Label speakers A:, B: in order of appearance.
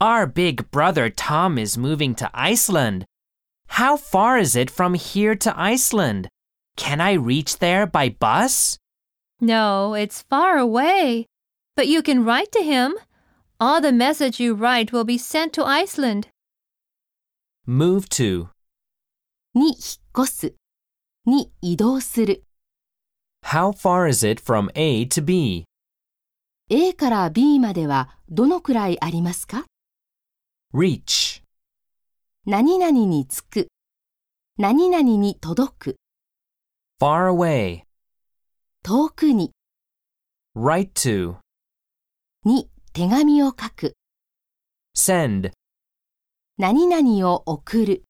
A: Our big brother Tom is moving to Iceland. How far is it from here to Iceland? Can I reach there by bus?
B: No, it's far away. But you can write to him. All the message you write will be sent to Iceland.
A: Move to.
C: に引っ越す、に移動する、
A: How far is it from A to B?
C: A から B まではどのくらいありますか
A: Reach.
C: 何々に着く、何々に届く、
A: Far away.
C: 遠くに、
A: Write to.
C: に手紙を書く、
A: Send.
C: 何々を送る。